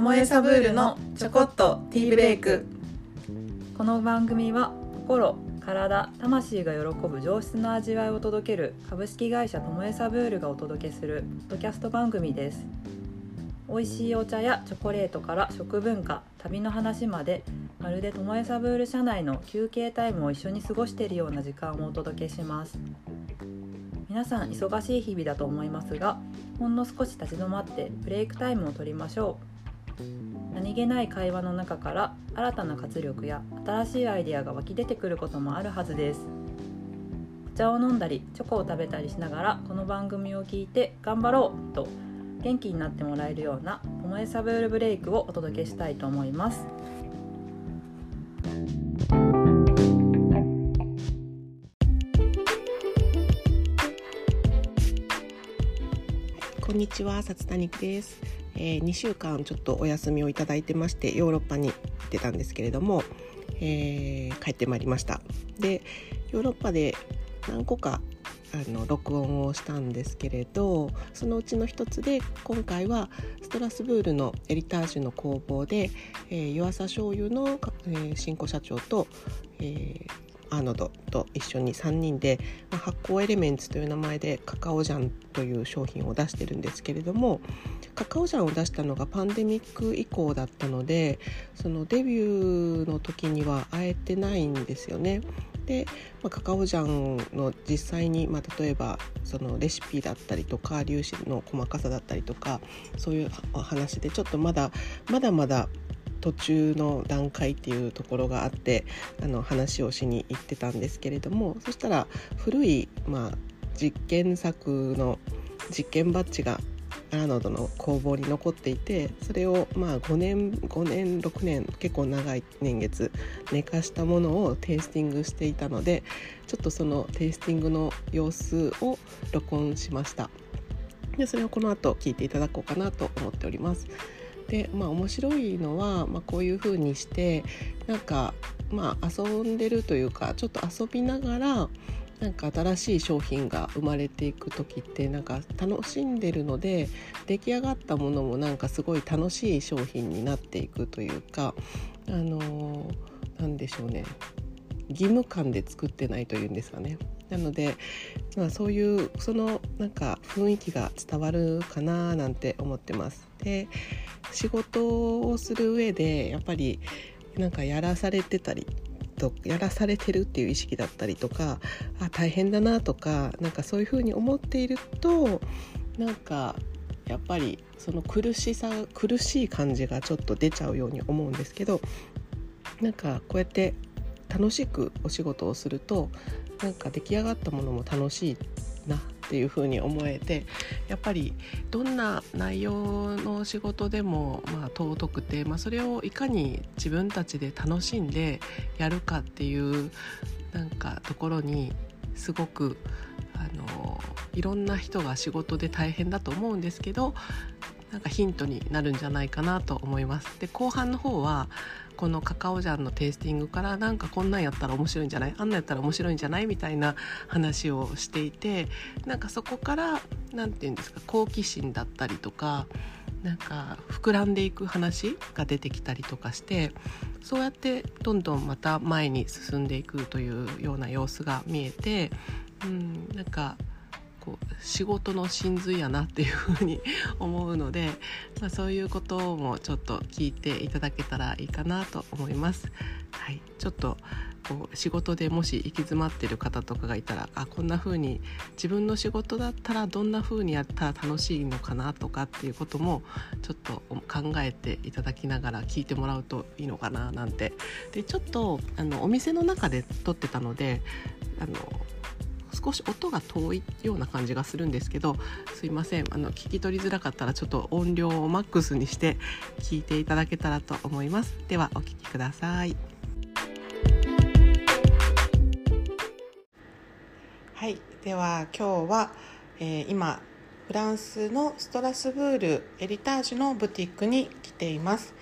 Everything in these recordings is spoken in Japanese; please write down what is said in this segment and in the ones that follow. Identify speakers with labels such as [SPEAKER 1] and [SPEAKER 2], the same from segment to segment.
[SPEAKER 1] もえサブールのちょこっとティーブレイク
[SPEAKER 2] この番組は心体魂が喜ぶ上質な味わいを届ける株式会社ともえサブールがお届けするポッドキャスト番組です美味しいお茶やチョコレートから食文化旅の話までまるでともえサブール社内の休憩タイムを一緒に過ごしているような時間をお届けします皆さん忙しい日々だと思いますがほんの少し立ち止まってブレイクタイムを取りましょう何気ない会話の中から新たな活力や新しいアイデアが湧き出てくることもあるはずですお茶を飲んだりチョコを食べたりしながらこの番組を聞いて頑張ろうと元気になってもらえるような「ともえサブールブレイク」をお届けしたいと思います
[SPEAKER 3] こんにちは、さつたにくです、えー。2週間ちょっとお休みをいただいてましてヨーロッパに行ってたんですけれども、えー帰ってまいりました。でヨーロッパで何個かあの録音をしたんですけれどそのうちの一つで今回はストラスブールのエリタージュの工房で、えー、湯浅醤油の、えー新古社長と、えーアーノドと一緒に3人でまあ発酵エレメンツという名前でカカオジャンという商品を出してるんですけれどもカカオジャンを出したのがパンデミック以降だったのでそのデビューの時には会えてないんですよね。で、まあ、カカオジャンの実際に、まあ、例えばそのレシピだったりとか粒子の細かさだったりとかそういうお話でちょっとまだまだまだ途中の段階っていうところがあってあの話をしに行ってたんですけれどもそしたら古い、まあ、実験作の実験バッジがアラノドの工房に残っていてそれをまあ5年5年6年結構長い年月寝かしたものをテイスティングしていたのでちょっとそのテイスティングの様子を録音しましたでそれをこの後聞いていただこうかなと思っておりますでまあ面白いのは、まあ、こういう風にしてなんかまあ遊んでるというかちょっと遊びながらなんか新しい商品が生まれていく時ってなんか楽しんでるので出来上がったものもなんかすごい楽しい商品になっていくというかあのーなんでしょうね義務感で作ってないというんですかね。なので、まあ、そういうそのなんか雰囲気が伝わるかななんて思ってます。で仕事をする上でやっぱりなんかやらされてたりとやらされてるっていう意識だったりとかあ大変だなとかなんかそういうふうに思っているとなんかやっぱりその苦しさ苦しい感じがちょっと出ちゃうように思うんですけどなんかこうやって楽しくお仕事をするとなんか出来上がったものも楽しいなっていうふうに思えてやっぱりどんな内容の仕事でも、まあ、尊くて、まあ、それをいかに自分たちで楽しんでやるかっていうなんかところにすごくあのいろんな人が仕事で大変だと思うんですけどなんかヒントになるんじゃないかなと思います。で後半の方はこのカカオジャンのテイスティングからなんかこんなんやったら面白いんじゃないあんなんやったら面白いんじゃないみたいな話をしていてなんかそこから何て言うんですか好奇心だったりとかなんか膨らんでいく話が出てきたりとかしてそうやってどんどんまた前に進んでいくというような様子が見えて、うん、なんかこう仕事の真髄やなっていうふうに思うので、まあ、そういうこともちょっと聞いていただけたらいいかなと思います。はい、ちょっとこう仕事でもし行き詰まってる方とかがいたらあこんな風に自分の仕事だったらどんな風にやったら楽しいのかなとかっていうこともちょっと考えていただきながら聞いてもらうといいのかななんてでちょっとあのお店の中で撮ってたのであの少し音が遠いような感じがするんですけどすいませんあの聞き取りづらかったらちょっと音量をマックスにして聞いていただけたらと思いますではお聞きくださいはい、では今日は、えー今フランスのストラスブールエリタージュのブティックに来ています。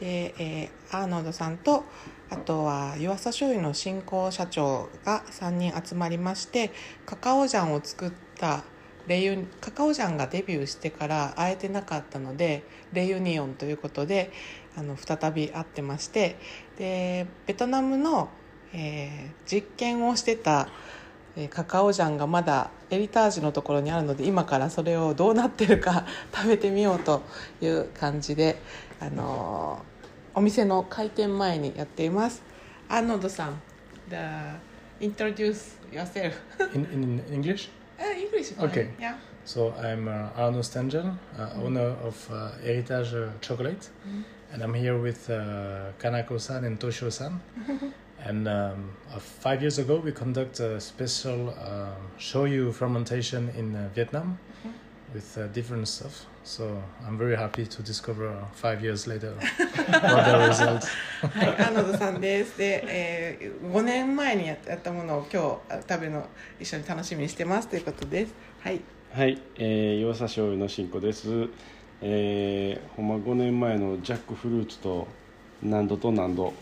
[SPEAKER 3] で、えーアーノルドさんとあとは湯浅醤油の新興社長が3人集まりましてカカオジャンを作ったレユカカオジャンがデビューしてから会えてなかったのでレユニオンということであの再び会ってましてでベトナムの、えー実験をしてたえーカカオジャンがまだエリタージュのところにあるので今からそれをどうなってるか 食べてみようという感じで、あのーお店の開店前にやっていますアーノルドさん the introduce yourself
[SPEAKER 4] in, in English.
[SPEAKER 3] Uh, English.
[SPEAKER 4] Okay.
[SPEAKER 3] fine. Yeah.
[SPEAKER 4] So I'm uh, Arno Stengel, uh, owner of uh, Heritage uh, Chocolate, and I'm here with uh, Kanako-san and Toshio-san. and um, uh, five years ago, we conduct a special uh, shoyu fermentation in uh, Vietnam with uh, different stuff. So I'm very happy to discover uh, five years later what the results.
[SPEAKER 3] はい、アーノルドさんです。で、えー、5年前にややったものを今日あ食べるの一緒に楽しみにしてますということです。はい。
[SPEAKER 5] はい、えー、岩佐醤油のしんこです、えー、ほんま5年前のジャックフルーツと何度と何度、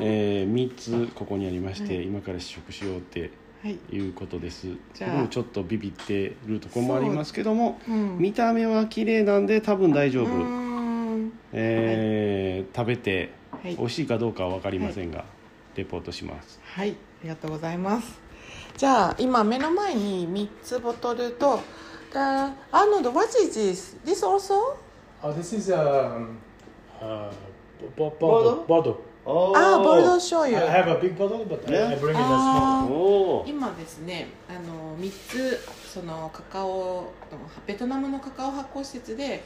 [SPEAKER 5] えー、3つここにありまして、今から試食しようって
[SPEAKER 3] はい。
[SPEAKER 5] いうことです
[SPEAKER 3] じゃあ
[SPEAKER 5] 僕もちょっとビビってるとこもありますけども
[SPEAKER 3] うん。
[SPEAKER 5] 見た目は綺麗なんで多分大丈
[SPEAKER 3] う
[SPEAKER 5] 夫、
[SPEAKER 3] ーん。
[SPEAKER 5] えー食べて
[SPEAKER 3] はい。
[SPEAKER 5] 美味しいかどうかは分かりませんが、レポートします
[SPEAKER 3] はい、ありがとうございます。じゃあ今目の前に三つボトルと、だアーノルド what is this? This also?
[SPEAKER 4] Oh, this is um, uh, bo- bo-
[SPEAKER 5] Bordeaux?
[SPEAKER 4] Bordeaux. Bordeaux.
[SPEAKER 3] あー、ボルドー
[SPEAKER 5] お
[SPEAKER 3] 醤
[SPEAKER 4] I
[SPEAKER 3] 油。
[SPEAKER 4] have a big bottle, but I, I
[SPEAKER 5] Yeah.
[SPEAKER 4] bring it as
[SPEAKER 3] Ah.
[SPEAKER 4] small.
[SPEAKER 5] おー
[SPEAKER 3] 今ですね、あの三つそのカカオベトナムのカカオ発酵施設で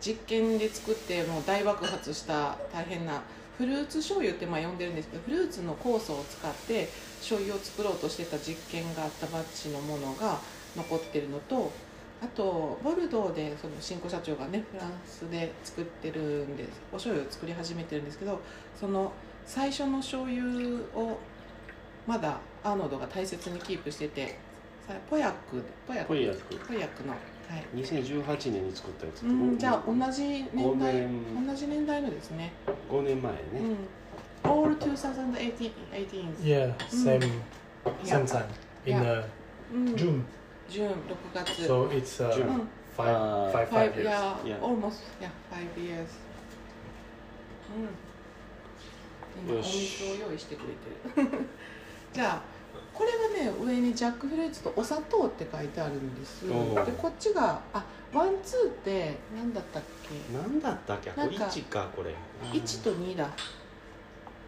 [SPEAKER 3] 実験で作ってもう大爆発した大変なフルーツ醤油ってまあ呼んでるんですけどフルーツの酵素を使って醤油を作ろうとしてた実験があったバッチのものが残ってるのとあとボルドーでその新興社長がねフランスで作ってるんですお醤油を作り始めてるんですけどその最初の醤油をまだアーノルドが大切にキープしててさポヤックポヤック
[SPEAKER 5] これやつ
[SPEAKER 3] ポヤックのはい
[SPEAKER 5] 2018年に作ったやつ
[SPEAKER 3] うん、じゃあ同じ年代
[SPEAKER 5] 5年
[SPEAKER 3] 同じ年代のですね。
[SPEAKER 5] 5年前ね、
[SPEAKER 3] うん。All 2018 18
[SPEAKER 4] Yeah, same same
[SPEAKER 3] Mm. Yeah.
[SPEAKER 4] time in
[SPEAKER 3] Yeah.
[SPEAKER 4] uh,
[SPEAKER 3] うん。
[SPEAKER 4] June.
[SPEAKER 3] ジュン6月。
[SPEAKER 4] So it's uh,
[SPEAKER 5] June.
[SPEAKER 3] うん。
[SPEAKER 4] five,
[SPEAKER 5] Uh,
[SPEAKER 4] five, five
[SPEAKER 3] Five
[SPEAKER 4] years.
[SPEAKER 3] yeah, almost yeah
[SPEAKER 5] Yeah.
[SPEAKER 3] five years。うん。今お
[SPEAKER 5] よし
[SPEAKER 3] 水を用意してくれてる。 じゃあ。これがね上にジャックフルーツとお砂糖って書いてあるんです。で
[SPEAKER 5] おう
[SPEAKER 3] こっちがあワンツーって何だったっけ？
[SPEAKER 5] なんだったっけこ
[SPEAKER 3] なん
[SPEAKER 5] れ
[SPEAKER 3] か
[SPEAKER 5] 1かこれ
[SPEAKER 3] 1と2だ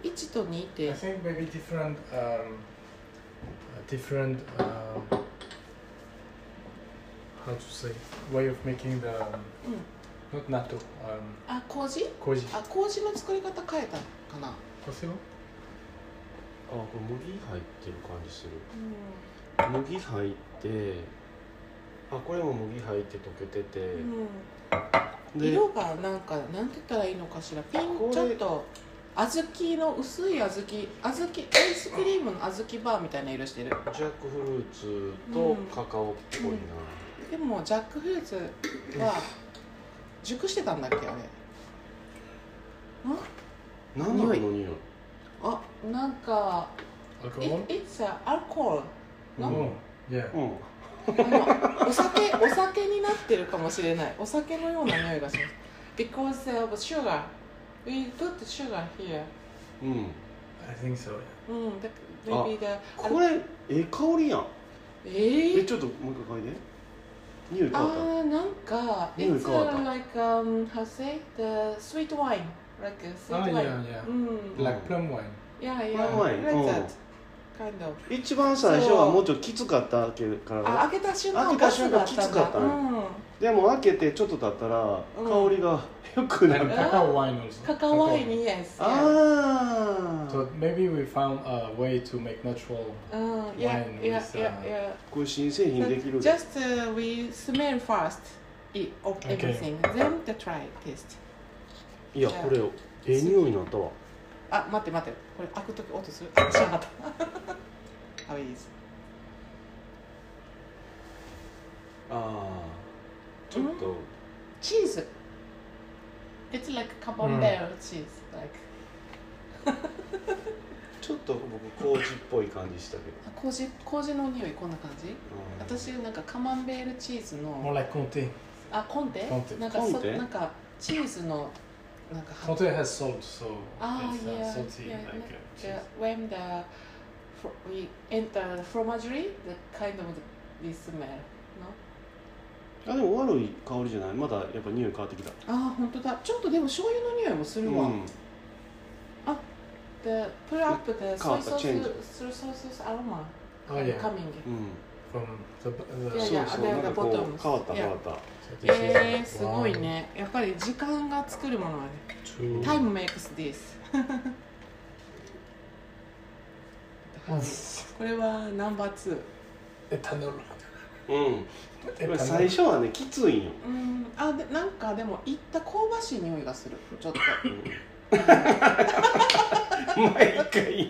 [SPEAKER 3] 1と2って
[SPEAKER 4] I think maybe different um, uh, different um, how to say way of making the um,
[SPEAKER 3] Mm.
[SPEAKER 4] not natto um,
[SPEAKER 3] あ麹
[SPEAKER 4] koji
[SPEAKER 3] あ麹の作り方変えたかな
[SPEAKER 4] possible.
[SPEAKER 5] あこれ麦入ってる感じする麦入ってあこれも麦入って溶けてて、
[SPEAKER 3] う
[SPEAKER 5] で
[SPEAKER 3] 色がなんかなんて言ったらいいのかしらピ
[SPEAKER 5] こ
[SPEAKER 3] ン
[SPEAKER 5] れ
[SPEAKER 3] ちょっと小豆の薄い小豆小豆アイスクリームの小豆バーみたいな色してる
[SPEAKER 5] ジャックフルーツ
[SPEAKER 3] う
[SPEAKER 5] と
[SPEAKER 3] ん
[SPEAKER 5] カカオっぽいな、
[SPEAKER 3] でもジャックフルーツは熟してたんだっけあれ
[SPEAKER 5] なん、何なのこの匂い
[SPEAKER 3] あなんか
[SPEAKER 4] Alcohol.
[SPEAKER 3] It- It's a alcohol Eh, No?
[SPEAKER 4] Oh, yeah.
[SPEAKER 5] うん
[SPEAKER 3] あのお酒お酒になってるかもしれないお酒のような匂いがします because of sugar we put sugar here
[SPEAKER 5] うん、
[SPEAKER 4] I think so. Yeah.
[SPEAKER 3] うんだ maybe the
[SPEAKER 5] これえ香りやん
[SPEAKER 3] え
[SPEAKER 5] え
[SPEAKER 3] ー、
[SPEAKER 5] ちょっともう一回嗅いで匂い変
[SPEAKER 3] あ
[SPEAKER 5] わった
[SPEAKER 3] ーなんか
[SPEAKER 5] 匂い
[SPEAKER 3] it's
[SPEAKER 5] 変わった
[SPEAKER 3] uh, like um how say the sweet wine like a sweet
[SPEAKER 4] Ah,
[SPEAKER 3] wine
[SPEAKER 4] yeah, yeah.
[SPEAKER 3] うん
[SPEAKER 4] Like plum wine.
[SPEAKER 3] yeah yeah
[SPEAKER 5] Plum wine
[SPEAKER 3] like
[SPEAKER 5] うん
[SPEAKER 3] that kind of
[SPEAKER 5] 一番最初はもうちょっときつかったけどから
[SPEAKER 3] あ開けた瞬間
[SPEAKER 5] 開けた瞬間
[SPEAKER 3] ガスだ
[SPEAKER 5] きつかった
[SPEAKER 3] ん
[SPEAKER 5] ね
[SPEAKER 3] だうん
[SPEAKER 5] でも開けてちょっと経ったら
[SPEAKER 3] うん
[SPEAKER 5] 香りが良くな
[SPEAKER 3] Oh.
[SPEAKER 4] And
[SPEAKER 5] る、
[SPEAKER 4] cacao wine also.
[SPEAKER 3] カカオワインに yes
[SPEAKER 5] ああ
[SPEAKER 4] So maybe we found a way to make natural.
[SPEAKER 3] うん、yeah
[SPEAKER 4] Wine
[SPEAKER 3] yeah yeah
[SPEAKER 4] with, uh,
[SPEAKER 3] yeah
[SPEAKER 5] これ新製品できる
[SPEAKER 3] So
[SPEAKER 5] で
[SPEAKER 3] Just uh, we smell first i- of
[SPEAKER 4] Okay.
[SPEAKER 3] everything, then the try taste.
[SPEAKER 5] いや
[SPEAKER 3] じゃあ
[SPEAKER 5] これええ匂いになったわ
[SPEAKER 3] あ、Ah, 待って待って、これ開くとき音する。あ、しなか った。How is?
[SPEAKER 5] あーちょっと、
[SPEAKER 3] チーズ。It's like カボンベールチーズ。Like
[SPEAKER 5] ちょっと僕麹っぽい感じしたけど
[SPEAKER 3] あ麹麹の匂いこんな感じ私なんかカマンベールチーズ
[SPEAKER 4] More
[SPEAKER 3] の
[SPEAKER 4] like Conte.
[SPEAKER 3] あコンテ
[SPEAKER 4] コンテ
[SPEAKER 3] なんかそ
[SPEAKER 5] コンテ
[SPEAKER 3] なんかチーズのなんか
[SPEAKER 4] Conte has salt, so
[SPEAKER 3] Ah,
[SPEAKER 4] it's uh,
[SPEAKER 3] yeah, yeah,
[SPEAKER 4] salty. like,
[SPEAKER 3] like,
[SPEAKER 4] uh,
[SPEAKER 3] the,
[SPEAKER 4] cheese.
[SPEAKER 3] when the fro- we enter the fromagerie, the kind of the, this smell. No?
[SPEAKER 5] あでも悪い香りじゃないまだやっぱ匂い変わってきた
[SPEAKER 3] ああ、本当だ。ちょっとでも醤油の匂いもす
[SPEAKER 5] う
[SPEAKER 3] るわ。
[SPEAKER 5] ん
[SPEAKER 3] The put up the soy
[SPEAKER 5] Carp,
[SPEAKER 3] sauce,
[SPEAKER 5] change.
[SPEAKER 3] soy sauce aroma
[SPEAKER 4] Oh, yeah.
[SPEAKER 3] coming.
[SPEAKER 5] うん、
[SPEAKER 4] From the, the
[SPEAKER 3] いやいや
[SPEAKER 5] そうそ
[SPEAKER 3] あ
[SPEAKER 5] うなんかこう
[SPEAKER 3] でボト
[SPEAKER 5] 変わ
[SPEAKER 3] ム
[SPEAKER 5] っ
[SPEAKER 3] ス
[SPEAKER 5] た
[SPEAKER 3] いや
[SPEAKER 5] 変わった
[SPEAKER 4] so this is,
[SPEAKER 3] えー、
[SPEAKER 4] uh,
[SPEAKER 3] すごい
[SPEAKER 4] one,
[SPEAKER 3] ね。やっぱり時間が作るものはね。
[SPEAKER 4] two,
[SPEAKER 3] Time makes this. これはナンバー2。
[SPEAKER 4] etanol.
[SPEAKER 5] うんやっぱ
[SPEAKER 4] Etanol.
[SPEAKER 5] 最初はねきついんよ、
[SPEAKER 3] うん、あでなんかでもいった香ばしい匂いがするちょっと
[SPEAKER 5] 毎回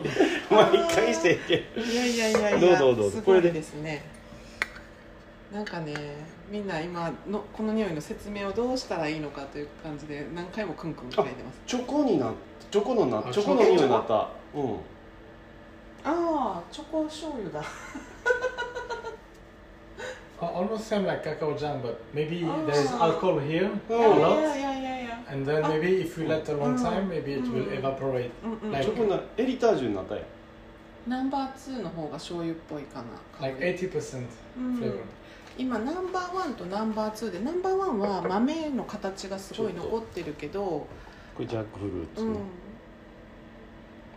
[SPEAKER 5] 毎回整形
[SPEAKER 3] いやいやいやい
[SPEAKER 5] どう
[SPEAKER 3] や
[SPEAKER 5] ぞどうぞ
[SPEAKER 3] すご
[SPEAKER 5] これ
[SPEAKER 3] い
[SPEAKER 5] で
[SPEAKER 3] ですねなんかねみんな今のこの匂いの説明をどうしたらいいのかという感じで何回もクンクン書いてます
[SPEAKER 5] チョコになチョコのな
[SPEAKER 4] あ
[SPEAKER 5] チョコの匂いになったうん
[SPEAKER 3] ああーチョコ醤油だ
[SPEAKER 4] Al- Oh, Almost same like cacao jam, but maybe
[SPEAKER 3] Oh.
[SPEAKER 4] there is alcohol here
[SPEAKER 3] い
[SPEAKER 4] a
[SPEAKER 5] Oh.
[SPEAKER 3] や
[SPEAKER 4] lot,
[SPEAKER 3] いやいやいや
[SPEAKER 4] and then maybe if we let a long
[SPEAKER 3] Mm.
[SPEAKER 4] time, maybe it will
[SPEAKER 3] Mm.
[SPEAKER 4] evaporate.
[SPEAKER 3] うんうん、
[SPEAKER 4] Like-
[SPEAKER 5] チョコなエリタージュになったやん
[SPEAKER 3] ナンバー2の方が醤油っぽいかな
[SPEAKER 4] Like 80%
[SPEAKER 3] うん
[SPEAKER 4] flavor.
[SPEAKER 3] 今ナンバーワンとナンバーツーでナンバーワンは豆の形がすごい残ってるけど、
[SPEAKER 5] これジャックフルーツ
[SPEAKER 3] う
[SPEAKER 5] ね、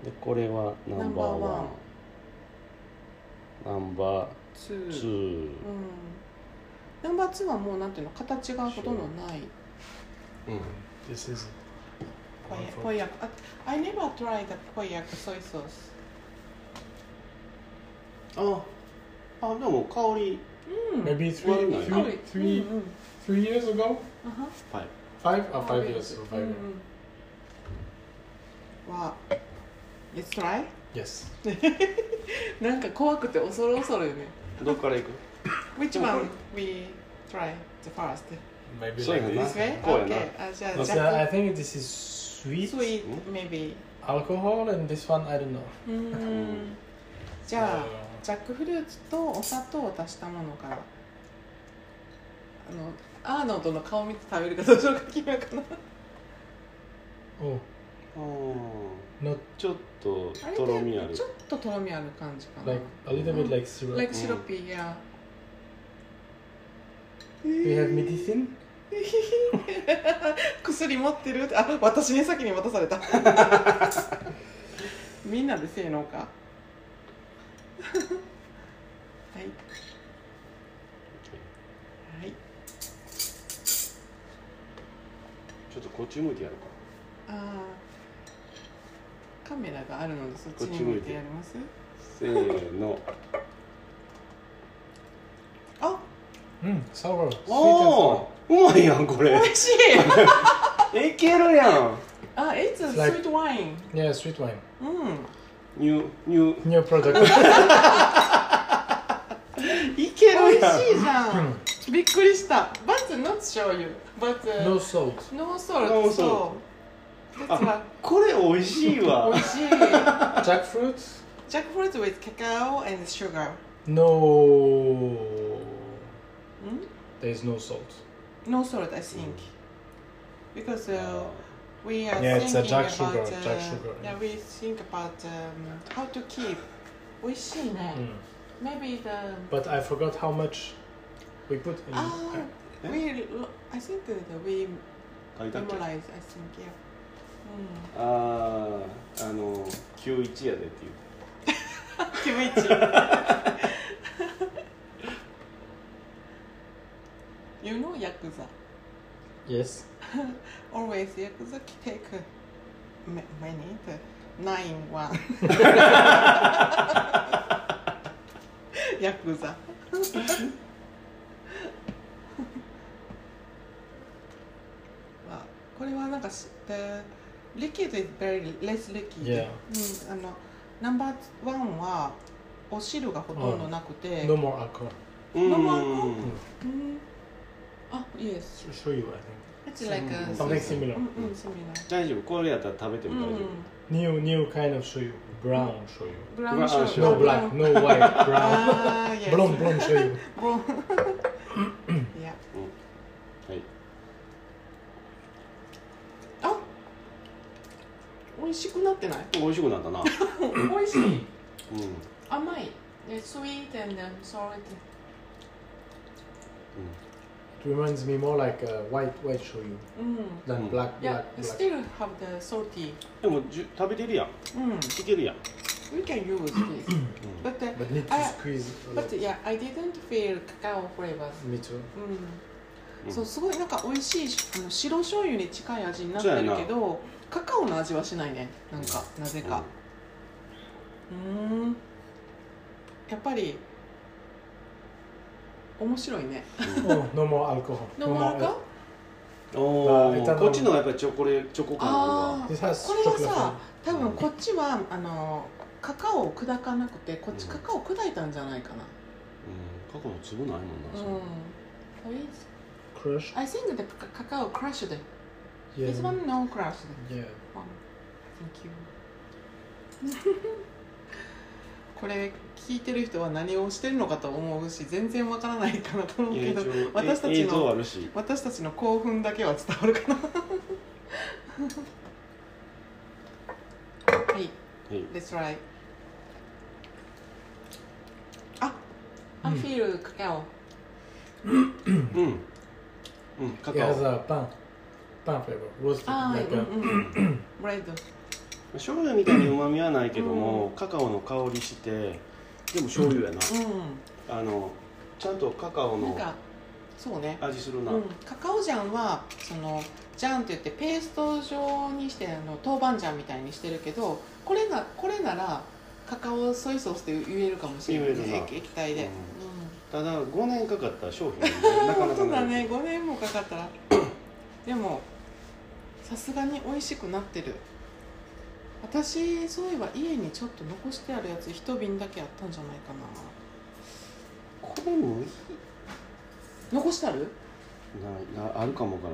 [SPEAKER 3] ん、
[SPEAKER 5] でこれはナンバーワンナンバー
[SPEAKER 3] ツ
[SPEAKER 5] ツ
[SPEAKER 3] ー、うん、
[SPEAKER 5] ー
[SPEAKER 3] ナンバーツーはもうなんていうの形がほとんどない。
[SPEAKER 5] うん
[SPEAKER 4] This is one
[SPEAKER 3] Poyak,
[SPEAKER 4] for-
[SPEAKER 3] poyak. Uh, I never tried the poyak soy sauce.
[SPEAKER 5] ああでも香り
[SPEAKER 4] Mm. maybe
[SPEAKER 5] Well,
[SPEAKER 4] three,
[SPEAKER 5] no.
[SPEAKER 4] three, three, three years ago,
[SPEAKER 5] はい
[SPEAKER 4] five or five years ago, five.
[SPEAKER 3] Mm.
[SPEAKER 4] years.
[SPEAKER 3] Wow. Let's try.
[SPEAKER 4] Yes.
[SPEAKER 3] なんか怖くて恐る恐るよね。
[SPEAKER 5] どっから行く
[SPEAKER 3] Which one we try the first?
[SPEAKER 4] Maybe
[SPEAKER 5] So
[SPEAKER 4] like
[SPEAKER 5] you
[SPEAKER 4] this.
[SPEAKER 3] This way?
[SPEAKER 5] こうやな
[SPEAKER 3] Okay. あじゃあ
[SPEAKER 4] No,
[SPEAKER 3] ジ
[SPEAKER 4] see, I
[SPEAKER 3] ャ
[SPEAKER 4] I think this is sweet,
[SPEAKER 3] ック sweet maybe.
[SPEAKER 4] alcohol, and this one I don't know.
[SPEAKER 3] うーん。じゃあジャックフルーツとお砂糖を足したものから。あのアーノルドの顔見て食べるかどうしようか決めようかな。
[SPEAKER 4] Oh,
[SPEAKER 5] あー
[SPEAKER 4] not
[SPEAKER 5] ちょっと
[SPEAKER 3] あれ
[SPEAKER 5] とろみあ
[SPEAKER 3] っ
[SPEAKER 5] る
[SPEAKER 3] てちょっととろみある感じかな
[SPEAKER 4] like。a little bit like syrup.
[SPEAKER 3] Like syrupy, yeah.
[SPEAKER 4] we have medicine.
[SPEAKER 3] 薬持ってるあ私に先に渡された みんなでせーのかはいはい
[SPEAKER 5] ちょっとこっち向いてやるか
[SPEAKER 3] あーカメラがあるのでそっち
[SPEAKER 5] こっ
[SPEAKER 3] に
[SPEAKER 5] ち向
[SPEAKER 3] 向
[SPEAKER 5] い
[SPEAKER 3] い
[SPEAKER 5] て
[SPEAKER 3] てやります
[SPEAKER 5] せー の
[SPEAKER 3] あ
[SPEAKER 4] Mm, sour, sweet
[SPEAKER 3] Oh.
[SPEAKER 5] おおうまいやんこれ
[SPEAKER 3] 美味しい
[SPEAKER 5] いけるやん
[SPEAKER 3] あ Uh, It's a
[SPEAKER 4] Like- Oh,
[SPEAKER 3] sweet wine Mm.
[SPEAKER 4] and sour. Yeah, sweet wine.
[SPEAKER 3] う
[SPEAKER 5] ニュニュ
[SPEAKER 4] New product.
[SPEAKER 3] んいけ
[SPEAKER 5] るやん
[SPEAKER 3] 美味しいじゃんびっくりした But uh, not show you But uh,
[SPEAKER 4] no salt. Ah.
[SPEAKER 3] no salt
[SPEAKER 5] No salt
[SPEAKER 3] そう実は
[SPEAKER 5] これ美味しいわ
[SPEAKER 3] 美味しい
[SPEAKER 4] Jackfruit.
[SPEAKER 3] Jackfruit with cacao and sugar
[SPEAKER 4] No.
[SPEAKER 3] Mm?
[SPEAKER 4] There is no salt.
[SPEAKER 3] No salt, I think. Because uh, we are
[SPEAKER 4] Yeah, it's
[SPEAKER 3] thinking
[SPEAKER 4] a jack
[SPEAKER 3] about
[SPEAKER 4] sugar,
[SPEAKER 3] uh,
[SPEAKER 4] jack sugar,
[SPEAKER 3] Yeah,
[SPEAKER 4] yeah.
[SPEAKER 3] we think about um, how to keep. 美味しいね。
[SPEAKER 4] Mm.
[SPEAKER 3] Maybe the
[SPEAKER 4] But I forgot how much we put in.
[SPEAKER 3] ah
[SPEAKER 5] Eh?
[SPEAKER 3] we lo- I think that we
[SPEAKER 5] 書いたっけ
[SPEAKER 3] memorize. I think yeah. Hmm.
[SPEAKER 5] あーあの91やでっていう
[SPEAKER 3] キムチ。you know yakuza.
[SPEAKER 4] Yes.
[SPEAKER 3] Always yakuza take ma- many the nine one. yakuza. まあこれはなんかし、the liquid is very less liquid.
[SPEAKER 4] Yeah.
[SPEAKER 3] うん、あのナンバーワンはお汁がほとんどなくて、
[SPEAKER 4] No more alcohol.
[SPEAKER 5] うん
[SPEAKER 3] 生もうんあ、イエス。
[SPEAKER 4] Show you, I think.
[SPEAKER 3] It's like a
[SPEAKER 4] Something similar.
[SPEAKER 3] うんうん similar.
[SPEAKER 5] 大丈夫これやったら食べても大丈夫、
[SPEAKER 4] New new kind of shoyu, brown shoyu.
[SPEAKER 3] ブラウンショー
[SPEAKER 4] No black, no white,
[SPEAKER 3] Ah.
[SPEAKER 4] brown.
[SPEAKER 3] ああ、いや。
[SPEAKER 4] Blonde, blonde shoyu.
[SPEAKER 3] ブロン。いや。
[SPEAKER 5] はい
[SPEAKER 3] あ。美味しくなってない。
[SPEAKER 5] 美味しくなった な、
[SPEAKER 3] 美味しい。
[SPEAKER 5] うんうん、
[SPEAKER 3] 甘い。で、sweet and then salt.
[SPEAKER 4] It reminds me more like uh, white white shoyu
[SPEAKER 3] うん。
[SPEAKER 4] than
[SPEAKER 5] Mm.
[SPEAKER 4] black
[SPEAKER 3] いや
[SPEAKER 4] black、black.
[SPEAKER 3] still have the salty.
[SPEAKER 5] でもじゅ食べてるやん
[SPEAKER 3] うん。
[SPEAKER 5] いけるやん
[SPEAKER 3] We can use this. But uh,
[SPEAKER 4] But need to
[SPEAKER 3] I-
[SPEAKER 4] squeeze. a lot.
[SPEAKER 3] but yeah, I didn't feel cacao flavors.
[SPEAKER 4] Me too.
[SPEAKER 3] う
[SPEAKER 5] うん
[SPEAKER 3] ん、そうすごいなんか美味しいしあの白醤油に近い味になってるけどカカオの味はしないねなんかなぜかうんんやっぱり面白いね
[SPEAKER 4] Oh, no more uh, alcohol.
[SPEAKER 3] 飲まん
[SPEAKER 4] al-
[SPEAKER 3] か
[SPEAKER 5] お
[SPEAKER 4] あい
[SPEAKER 5] ー
[SPEAKER 4] ただ
[SPEAKER 5] こっちのやっぱりチョコレチョコ感があ
[SPEAKER 3] あ
[SPEAKER 4] ですは
[SPEAKER 3] あこれはさ
[SPEAKER 5] チョ
[SPEAKER 3] 多
[SPEAKER 5] コレー
[SPEAKER 3] 分
[SPEAKER 5] ト
[SPEAKER 3] こっちはあのカカオを砕かなくてこっちカカオ砕いたんじゃないかな
[SPEAKER 5] るわ、うん、過去の粒ないもんな、
[SPEAKER 3] う
[SPEAKER 5] それ
[SPEAKER 3] ん、
[SPEAKER 4] Crush.
[SPEAKER 3] I think the cacao crushed
[SPEAKER 4] Yeah.
[SPEAKER 3] this one no crushed
[SPEAKER 4] Yeah.
[SPEAKER 3] Thank you これ聞いてる人は何をしてるのかと思うし全然わからないかなと思う
[SPEAKER 5] いや
[SPEAKER 3] け
[SPEAKER 5] 一
[SPEAKER 3] ど
[SPEAKER 5] 応
[SPEAKER 3] 私た
[SPEAKER 5] え
[SPEAKER 3] ち
[SPEAKER 5] 映像あ
[SPEAKER 3] の
[SPEAKER 5] るし
[SPEAKER 3] 私たちの興奮だけは伝わるかな はい
[SPEAKER 5] はい
[SPEAKER 3] Let's try あ I feel cacao
[SPEAKER 5] うんうんカ
[SPEAKER 4] It
[SPEAKER 5] カ
[SPEAKER 4] has
[SPEAKER 5] オ
[SPEAKER 4] a pan, pan flavor, roasted
[SPEAKER 3] ああ
[SPEAKER 4] like uh,
[SPEAKER 3] うん
[SPEAKER 4] a
[SPEAKER 3] うん Bread
[SPEAKER 5] 醤油みたいにうまみはないけども、カカオの香りしてでも醤油やな、
[SPEAKER 3] う
[SPEAKER 5] あのちゃんとカカオ
[SPEAKER 3] んなん
[SPEAKER 5] の
[SPEAKER 3] かそうね
[SPEAKER 5] 味するな、
[SPEAKER 3] うん、カカオジャンはそのジャンって言ってペースト状にしてあの豆板醤みたいにしてるけどこれなこれならカカオソイソースって言えるかもしれない
[SPEAKER 5] 言えるな
[SPEAKER 3] 液液体で、
[SPEAKER 5] ただ5年かかった商 品
[SPEAKER 3] うん
[SPEAKER 5] はなかな
[SPEAKER 3] 本
[SPEAKER 5] か
[SPEAKER 3] 当
[SPEAKER 5] な
[SPEAKER 3] だ
[SPEAKER 5] い
[SPEAKER 3] ね5年もかか ったらでもさすがに美味しくなってる私そういえば家にちょっと残してあるやつ一瓶だけあったんじゃないかな
[SPEAKER 5] これも
[SPEAKER 3] 残してある
[SPEAKER 5] ななあるかもわか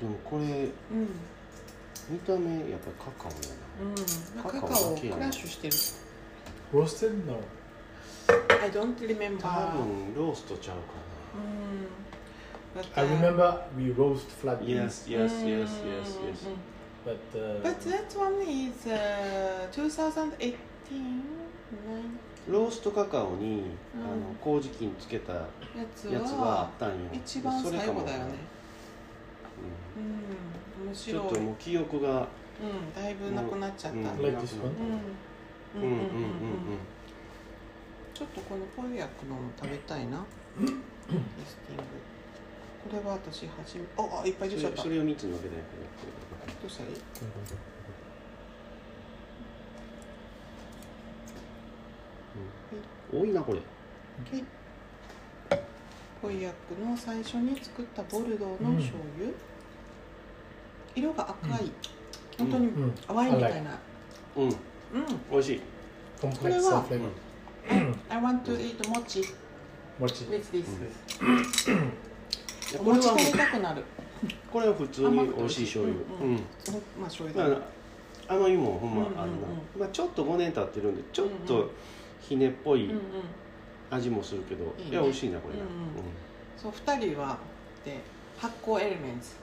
[SPEAKER 5] らんでもこれ
[SPEAKER 3] うんうん
[SPEAKER 5] 見た目やっぱりカ
[SPEAKER 3] なんかカ
[SPEAKER 5] カオやなカカ
[SPEAKER 3] カ
[SPEAKER 5] オ
[SPEAKER 3] オを
[SPEAKER 5] だけ
[SPEAKER 3] ク
[SPEAKER 5] やな
[SPEAKER 3] ラッシュしてる
[SPEAKER 4] roasted. No,
[SPEAKER 3] I don't remember
[SPEAKER 5] 多分ローストちゃうか
[SPEAKER 3] Mm. But,
[SPEAKER 4] I
[SPEAKER 3] uh,
[SPEAKER 4] remember we roast
[SPEAKER 5] な
[SPEAKER 4] flat beans,
[SPEAKER 5] Yes yes yes yes
[SPEAKER 3] Mm,
[SPEAKER 5] yes
[SPEAKER 3] mm.
[SPEAKER 4] but uh,
[SPEAKER 3] But that one is uh, 2018なん
[SPEAKER 5] ローストカカオ
[SPEAKER 3] うん
[SPEAKER 5] に、あの麹菌つけたや
[SPEAKER 3] やつ
[SPEAKER 5] つはあ
[SPEAKER 3] は
[SPEAKER 5] ったんよ
[SPEAKER 3] 一番最後だよね。
[SPEAKER 5] う
[SPEAKER 3] うん、面
[SPEAKER 5] んち
[SPEAKER 3] 白
[SPEAKER 5] ょっ
[SPEAKER 3] い。
[SPEAKER 5] と
[SPEAKER 3] う
[SPEAKER 5] もう記憶が
[SPEAKER 3] ん、だいぶなくなっちゃった。うん、うん
[SPEAKER 5] う
[SPEAKER 3] ん、
[SPEAKER 4] like this one.
[SPEAKER 3] う、
[SPEAKER 5] うんん
[SPEAKER 3] う
[SPEAKER 5] う
[SPEAKER 3] んん
[SPEAKER 5] うん、
[SPEAKER 3] うん。ちょっとこのポリアックのも食べたいな。テイスティング。これは私初め、あ、あ、いっぱい
[SPEAKER 5] うん
[SPEAKER 3] 出ち
[SPEAKER 5] そ
[SPEAKER 3] ゃっ
[SPEAKER 5] れ
[SPEAKER 3] た。
[SPEAKER 5] そ
[SPEAKER 3] ど
[SPEAKER 5] れを3つに分けて
[SPEAKER 3] うしたらいい？
[SPEAKER 5] 多いなこれ
[SPEAKER 3] ホイアックの最初に作ったボルドーの醤油、色が赤い、
[SPEAKER 5] うん
[SPEAKER 3] 本当に
[SPEAKER 4] mm,
[SPEAKER 3] ワインみたいな、
[SPEAKER 5] うん
[SPEAKER 3] うん、
[SPEAKER 5] 美味しい
[SPEAKER 4] complex
[SPEAKER 3] Kurewa.
[SPEAKER 4] flavor.
[SPEAKER 3] I want to eat mochi
[SPEAKER 4] What's it?
[SPEAKER 3] with this、
[SPEAKER 5] いや
[SPEAKER 3] お
[SPEAKER 5] これ
[SPEAKER 3] 餅
[SPEAKER 5] は
[SPEAKER 3] 食べたくなる
[SPEAKER 5] これは普通に美味しい醤油
[SPEAKER 3] 甘くて
[SPEAKER 5] う
[SPEAKER 3] 美味
[SPEAKER 5] ん
[SPEAKER 3] しまあ醤
[SPEAKER 5] ま
[SPEAKER 3] 油
[SPEAKER 5] あ
[SPEAKER 3] だ、ね、
[SPEAKER 5] 甘みもほんまあるな、
[SPEAKER 3] うんうんうん
[SPEAKER 5] まあ、ちょっと5年経ってるんでちょっ
[SPEAKER 3] うんう
[SPEAKER 5] と
[SPEAKER 3] ん
[SPEAKER 5] ひねっぽ
[SPEAKER 3] うん
[SPEAKER 5] い
[SPEAKER 3] うん
[SPEAKER 5] 味もするけど、
[SPEAKER 3] いい
[SPEAKER 5] い
[SPEAKER 3] ね
[SPEAKER 5] や美味しいなこれな、
[SPEAKER 3] うんうん
[SPEAKER 5] うん
[SPEAKER 3] そう2人はで発酵エレメンツ、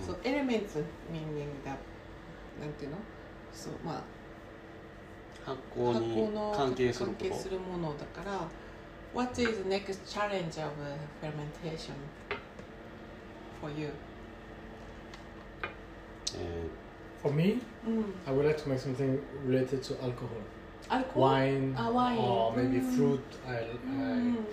[SPEAKER 5] うん
[SPEAKER 3] そうエレメンツ meaning that なんていうのそうまあ
[SPEAKER 5] 発
[SPEAKER 3] 発酵
[SPEAKER 5] 酵
[SPEAKER 3] の
[SPEAKER 5] に関係すること
[SPEAKER 3] 関係するものだから What is the next challenge of fermentation for you?
[SPEAKER 5] え
[SPEAKER 4] For me,
[SPEAKER 3] うん、
[SPEAKER 4] I would like to make something related to alcohol,
[SPEAKER 3] アルコール
[SPEAKER 4] wine,
[SPEAKER 3] Ah, wine.
[SPEAKER 4] or maybe
[SPEAKER 3] Mm.
[SPEAKER 4] fruit. I,
[SPEAKER 3] うん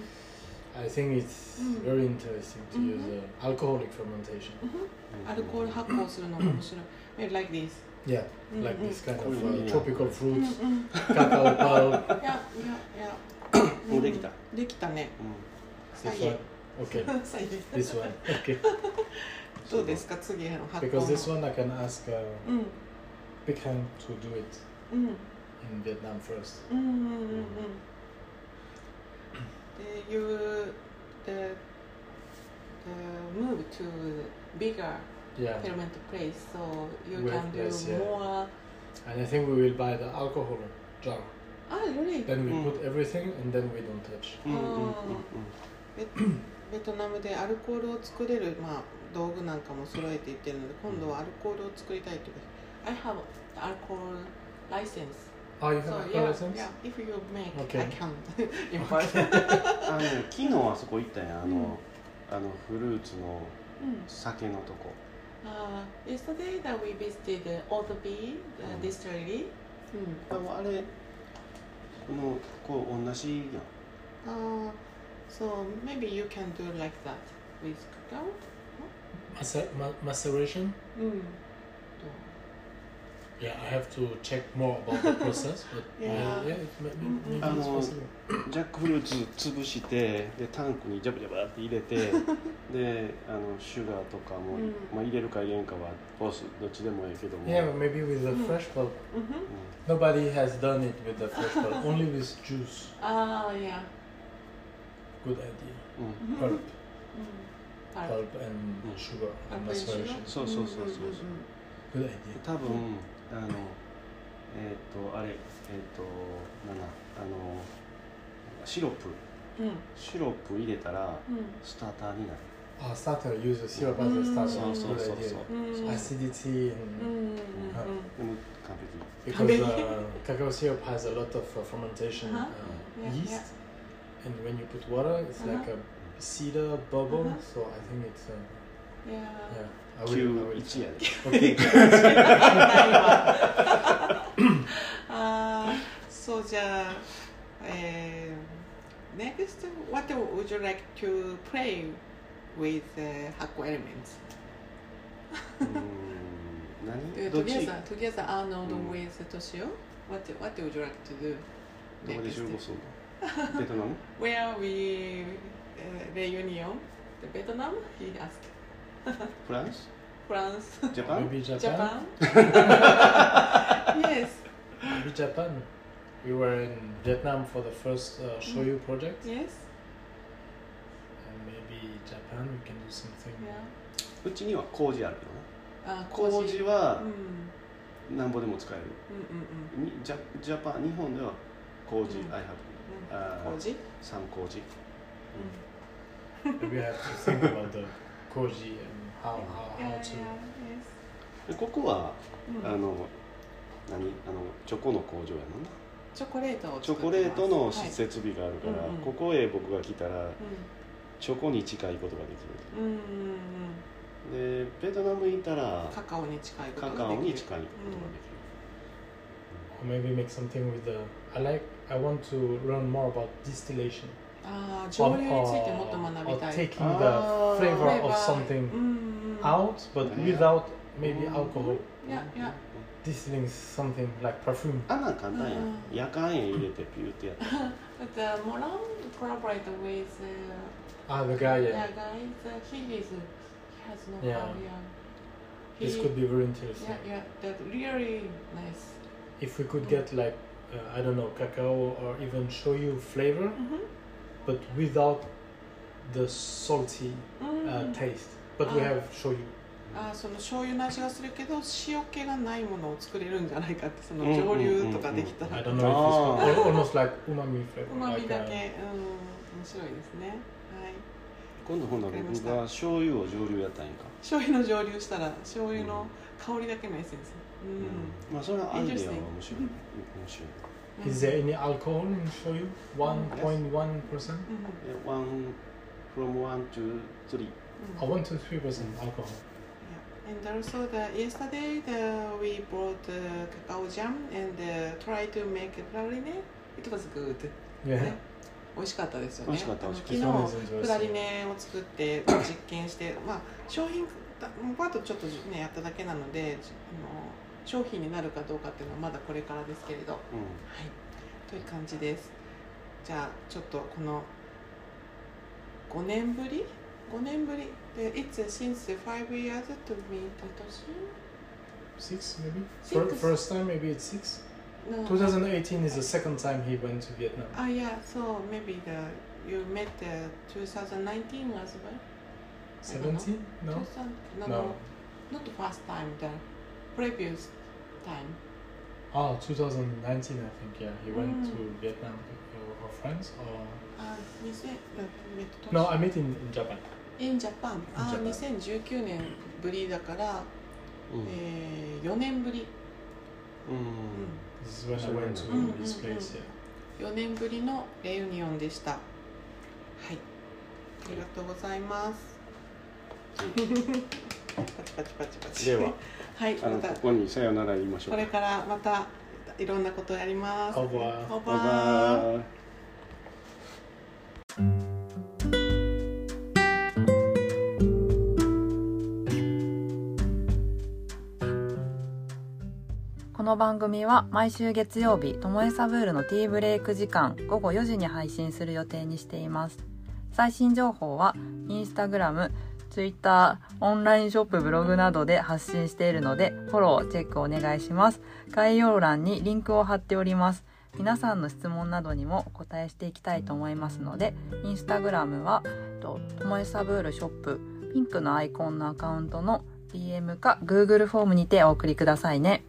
[SPEAKER 4] I, I think it's
[SPEAKER 3] Mm. Mm-hmm.
[SPEAKER 4] very interesting to use
[SPEAKER 3] Mhm.
[SPEAKER 4] uh, alcoholic fermentation.
[SPEAKER 5] ー
[SPEAKER 3] アルコール発酵するのが面白い。Maybe like this.
[SPEAKER 4] Yeah,
[SPEAKER 3] うん
[SPEAKER 4] like this kind
[SPEAKER 5] Cool,
[SPEAKER 4] of uh,
[SPEAKER 5] yeah.。
[SPEAKER 4] tropical
[SPEAKER 3] うんうん。い
[SPEAKER 4] fruits, cacao pulp.
[SPEAKER 3] やいやいや
[SPEAKER 5] もうできた。
[SPEAKER 3] できたね。
[SPEAKER 5] う
[SPEAKER 4] This
[SPEAKER 3] 最
[SPEAKER 4] one,
[SPEAKER 3] 悪。
[SPEAKER 4] okay.
[SPEAKER 3] 最悪
[SPEAKER 4] This one, okay.
[SPEAKER 5] ん
[SPEAKER 3] どうですか次の発酵の。
[SPEAKER 4] Because this one I can ask uh,
[SPEAKER 3] うん。
[SPEAKER 4] Pecan to do it
[SPEAKER 3] うん。
[SPEAKER 4] in Vietnam first.
[SPEAKER 3] うんうんうんうんっていう、えー uh, move to bigger
[SPEAKER 4] Yeah.
[SPEAKER 3] permanent place, so you
[SPEAKER 4] With
[SPEAKER 3] can do
[SPEAKER 4] this, yeah.
[SPEAKER 3] more.
[SPEAKER 4] And I think we will buy the alcohol jar.
[SPEAKER 3] Ah, really?
[SPEAKER 4] Then we
[SPEAKER 5] Mm.
[SPEAKER 4] put everything and then we don't touch.
[SPEAKER 5] うんうんうんうん
[SPEAKER 3] ベベトナムでアルコールを作れる、まあ、道具なんかも揃えていってるので今度はアルコールを作りたいということで I have alcohol license
[SPEAKER 4] Oh, you have
[SPEAKER 3] so
[SPEAKER 4] alcohol
[SPEAKER 3] yeah,
[SPEAKER 4] license?
[SPEAKER 3] yeah if you make、
[SPEAKER 4] Okay.
[SPEAKER 3] I can import
[SPEAKER 5] あのね昨日あそこ行ったやんあの、あのフルーツの酒のとこ
[SPEAKER 3] Uh, yesterday that we visited the Old B uh, distillery
[SPEAKER 5] でもあれこのこう同じやん
[SPEAKER 3] uh, so maybe you can do like that with cacao
[SPEAKER 4] Macer- ma- maceration?
[SPEAKER 3] うん
[SPEAKER 4] Yeah, I have to check more about the process, but yeah,
[SPEAKER 3] Yeah. Mm-hmm.
[SPEAKER 4] yeah it may, maybe
[SPEAKER 5] Mm,
[SPEAKER 4] it's
[SPEAKER 5] mm.
[SPEAKER 4] possible.
[SPEAKER 5] ジャックフルーツ潰してでタンクにジャブジャブって入れ てであのシュガーとかも、
[SPEAKER 3] うん
[SPEAKER 5] まあ、入れるか入れんかはどうすどっちでもいいけども、
[SPEAKER 4] Yeah, but maybe with the
[SPEAKER 3] Mm.
[SPEAKER 4] fresh pulp.
[SPEAKER 3] うん
[SPEAKER 5] Mm-hmm.
[SPEAKER 4] Nobody has done it with the fresh pulp, only with juice.
[SPEAKER 3] ああいや
[SPEAKER 4] Good idea.
[SPEAKER 5] うん
[SPEAKER 3] Mm-hmm.
[SPEAKER 4] Pulp,
[SPEAKER 3] パル
[SPEAKER 4] pulp and
[SPEAKER 5] Mm.
[SPEAKER 4] sugar and
[SPEAKER 3] Pulp and sugar?
[SPEAKER 4] maceration.
[SPEAKER 5] そうそうそうそうそう、
[SPEAKER 4] Good idea.
[SPEAKER 5] 多分あのえっ、とあれえっ、となんだあのシロップ
[SPEAKER 3] うん
[SPEAKER 5] シロップ入れたら
[SPEAKER 3] うん
[SPEAKER 5] スターターになる
[SPEAKER 4] Oh, starter, use the syrup as a
[SPEAKER 3] Mm. So,
[SPEAKER 4] starter.
[SPEAKER 5] so,
[SPEAKER 4] Good
[SPEAKER 5] so,
[SPEAKER 4] idea.
[SPEAKER 3] う
[SPEAKER 5] so.
[SPEAKER 3] んうんうん
[SPEAKER 4] Acidity and
[SPEAKER 3] うん
[SPEAKER 5] でも完 璧
[SPEAKER 4] because uh, cacao syrup has a lot of uh, fermentation
[SPEAKER 3] Uh-huh.
[SPEAKER 4] uh
[SPEAKER 3] Yeah,
[SPEAKER 4] yeast, and when you put water, it's like a cedar bubble.
[SPEAKER 3] Uh-huh.
[SPEAKER 4] So I think it's uh,
[SPEAKER 3] いや
[SPEAKER 4] yeah. I
[SPEAKER 5] 91
[SPEAKER 4] try.
[SPEAKER 5] やで
[SPEAKER 4] Okay.
[SPEAKER 3] ないわあーそうじゃあえー Next, what would you like to play with、uh, 発酵 elements?
[SPEAKER 5] うーん
[SPEAKER 3] 네,
[SPEAKER 5] 何どっち
[SPEAKER 3] Together, together, Arnold、
[SPEAKER 5] うん
[SPEAKER 3] with Toshio, what, what would you like to do?
[SPEAKER 5] どこで集合するのベトナム
[SPEAKER 3] Where we、uh, reunion? The Vietnam? He asked.
[SPEAKER 5] フランス
[SPEAKER 3] France,
[SPEAKER 5] ジャパン
[SPEAKER 4] Maybe Japan.
[SPEAKER 3] Japan? yes,
[SPEAKER 4] Maybe Japan. We were in Vietnam for the first uh, Shoyu
[SPEAKER 3] Mm.
[SPEAKER 4] project,
[SPEAKER 3] yes,
[SPEAKER 4] and maybe Japan we can do something.
[SPEAKER 3] yeah.
[SPEAKER 5] うちには麹あるよな
[SPEAKER 3] あ
[SPEAKER 5] 麹
[SPEAKER 3] う
[SPEAKER 5] は
[SPEAKER 3] んうん
[SPEAKER 5] なんぼでも使える
[SPEAKER 3] うん
[SPEAKER 5] にジャジャパン日本では麹、
[SPEAKER 3] うん
[SPEAKER 5] I have あ
[SPEAKER 3] うん
[SPEAKER 5] ー
[SPEAKER 3] 麹
[SPEAKER 5] some 麹
[SPEAKER 4] Maybe we have to think about the koji and how how,
[SPEAKER 3] いやい
[SPEAKER 4] how
[SPEAKER 3] や
[SPEAKER 4] to.
[SPEAKER 5] でここは、
[SPEAKER 3] うん
[SPEAKER 5] あの何あのチョコの工場やもんな
[SPEAKER 3] チョコレートを
[SPEAKER 5] チ
[SPEAKER 3] 作
[SPEAKER 5] ョ
[SPEAKER 3] ってます
[SPEAKER 5] コレートの
[SPEAKER 3] はい
[SPEAKER 5] 施設備があるから、
[SPEAKER 3] うんうん
[SPEAKER 5] ここへ僕が来たらチョコに近いことがで
[SPEAKER 3] うんうんうんうん
[SPEAKER 5] きるでベトナムにいたら
[SPEAKER 3] カカオに近いこと
[SPEAKER 5] カ
[SPEAKER 3] ができる
[SPEAKER 5] カオに近いことがで
[SPEAKER 4] Or
[SPEAKER 5] きる、
[SPEAKER 4] maybe make something with the. I like. I want to learn more about distillation.
[SPEAKER 3] ああ
[SPEAKER 4] Or-
[SPEAKER 3] 蒸留についてもっと
[SPEAKER 4] or-
[SPEAKER 3] 学
[SPEAKER 4] or
[SPEAKER 3] びたい
[SPEAKER 4] taking
[SPEAKER 5] Ah.
[SPEAKER 4] the flavor
[SPEAKER 3] 例え
[SPEAKER 4] of
[SPEAKER 3] ば
[SPEAKER 4] something
[SPEAKER 3] うんうん
[SPEAKER 4] out, but
[SPEAKER 5] Yeah.
[SPEAKER 4] without maybe
[SPEAKER 5] Mm.
[SPEAKER 4] alcohol.
[SPEAKER 3] いやいや
[SPEAKER 4] Distilling something like perfume.
[SPEAKER 5] あんなん簡単や、
[SPEAKER 3] うん
[SPEAKER 5] 夜間へ入れてピューってやった
[SPEAKER 3] But the Moran collaborate with uh,
[SPEAKER 4] Ah, the guy.
[SPEAKER 3] the
[SPEAKER 4] Yeah.
[SPEAKER 3] guys he is he has no
[SPEAKER 4] Yeah.
[SPEAKER 3] problem He-
[SPEAKER 4] This could be very interesting.
[SPEAKER 3] yeah yeah that really nice
[SPEAKER 4] If we could get like uh, I don't know cacao or even shoyu flavor, but without the salty
[SPEAKER 3] う
[SPEAKER 4] uh,
[SPEAKER 3] ん
[SPEAKER 4] taste. But we
[SPEAKER 3] Ah.
[SPEAKER 4] have shoyu.
[SPEAKER 3] あーその醤油の味がするけど塩気がないものを作れるんじゃないかってその
[SPEAKER 5] うんうんうんうん
[SPEAKER 3] 蒸留とかできた
[SPEAKER 4] I
[SPEAKER 3] ら
[SPEAKER 4] don't know if it's
[SPEAKER 5] Ah.
[SPEAKER 4] al- almost like umami flavor.
[SPEAKER 3] うまみ
[SPEAKER 4] like,
[SPEAKER 3] だ
[SPEAKER 4] uh,
[SPEAKER 3] けうん面白いですねはい
[SPEAKER 5] 今度ほんなら僕が醤油を蒸留やったんやんか、
[SPEAKER 3] 醤油の蒸留したら醤油の香りだけのエッセンスう
[SPEAKER 5] うん
[SPEAKER 3] ん、
[SPEAKER 5] まあそれはアイデアは面白いね面白い
[SPEAKER 4] uh, Is there any alcohol in shoyu? One
[SPEAKER 5] Mm, Yes.
[SPEAKER 4] point one percent.
[SPEAKER 3] うんうん
[SPEAKER 5] え one from one to three
[SPEAKER 4] I want to Oh, three percent alcohol.
[SPEAKER 3] Yeah. And also the yesterday the, we bought uh, cacao jam and uh, try to make praline. It was good.
[SPEAKER 4] Yeah.
[SPEAKER 3] 美味しかったですよね。
[SPEAKER 5] 美味しかった
[SPEAKER 3] あの
[SPEAKER 5] 美
[SPEAKER 3] 昨
[SPEAKER 5] 味
[SPEAKER 3] 日
[SPEAKER 5] し
[SPEAKER 4] かったそうです
[SPEAKER 3] プラリネを作ってまあ実験して、まあ商品だパートちょっとねやっただけなので、あの商品になるかどうかっていうのはまだこれからですけれど、はい
[SPEAKER 5] うん
[SPEAKER 3] という感じです。じゃあちょっとこの5年ぶり5年ぶりで It's since five years to meet 年
[SPEAKER 4] Six maybe. Fir-
[SPEAKER 3] Six. Mm.
[SPEAKER 4] First time maybe it's six. 2018 is the second time he went to Vietnam.
[SPEAKER 3] Ah, yeah, so maybe the you met the 2019 as well.
[SPEAKER 4] 70? No?
[SPEAKER 3] No, no.
[SPEAKER 4] No.
[SPEAKER 3] Not the first time, the previous time.
[SPEAKER 4] Oh, 2019, I think, yeah. He went
[SPEAKER 3] Mm.
[SPEAKER 4] to Vietnam or, or France or.
[SPEAKER 3] あ、2000えっと
[SPEAKER 4] No, I met in, in Japan.
[SPEAKER 3] in Japan. あ、
[SPEAKER 4] In Japan.
[SPEAKER 3] 2019年ぶりだから、
[SPEAKER 5] うん
[SPEAKER 3] えー、4年ぶり、
[SPEAKER 5] う
[SPEAKER 4] This is when I
[SPEAKER 5] So
[SPEAKER 4] went to
[SPEAKER 5] when-
[SPEAKER 3] Mm,
[SPEAKER 4] his
[SPEAKER 3] mm,
[SPEAKER 4] place,
[SPEAKER 3] mm.
[SPEAKER 4] yeah.
[SPEAKER 3] 4年ぶりのレユニオンでした。はい。ありがとうございます。 パチパチパチパチ。
[SPEAKER 5] では
[SPEAKER 3] はい、
[SPEAKER 5] あの
[SPEAKER 3] ま
[SPEAKER 5] こ
[SPEAKER 3] た
[SPEAKER 5] こにさよなら言いましょう
[SPEAKER 3] これからまたいろんなことやります。
[SPEAKER 4] Au revoir.
[SPEAKER 3] オー
[SPEAKER 5] バイ
[SPEAKER 3] バー。
[SPEAKER 5] バイ
[SPEAKER 2] この番組は毎週月曜日ともえサブールのティーブレイク時間午後4時に配信する予定にしています最新情報はインスタグラム、ツイッター、オンラインショップ、ブログなどで発信しているのでフォロー、チェックお願いします概要欄にリンクを貼っております皆さんの質問などにもお答えしていきたいと思いますのでインスタグラムはえっとともえサブールショップピンクのアイコンのアカウントの DM か Google フォームにてお送りくださいね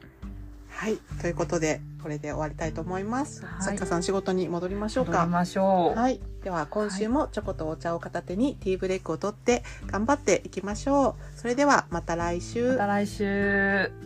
[SPEAKER 3] はい、ということでこれで終わりたいと思います。
[SPEAKER 2] はい
[SPEAKER 3] 作家さん仕事に戻りましょう
[SPEAKER 2] 戻り
[SPEAKER 3] か。
[SPEAKER 2] ましょう。
[SPEAKER 3] はい、では今週もチョコとお茶を片手にティーブレイクを取って頑張っていきましょう。それではまた来週。
[SPEAKER 2] また来週。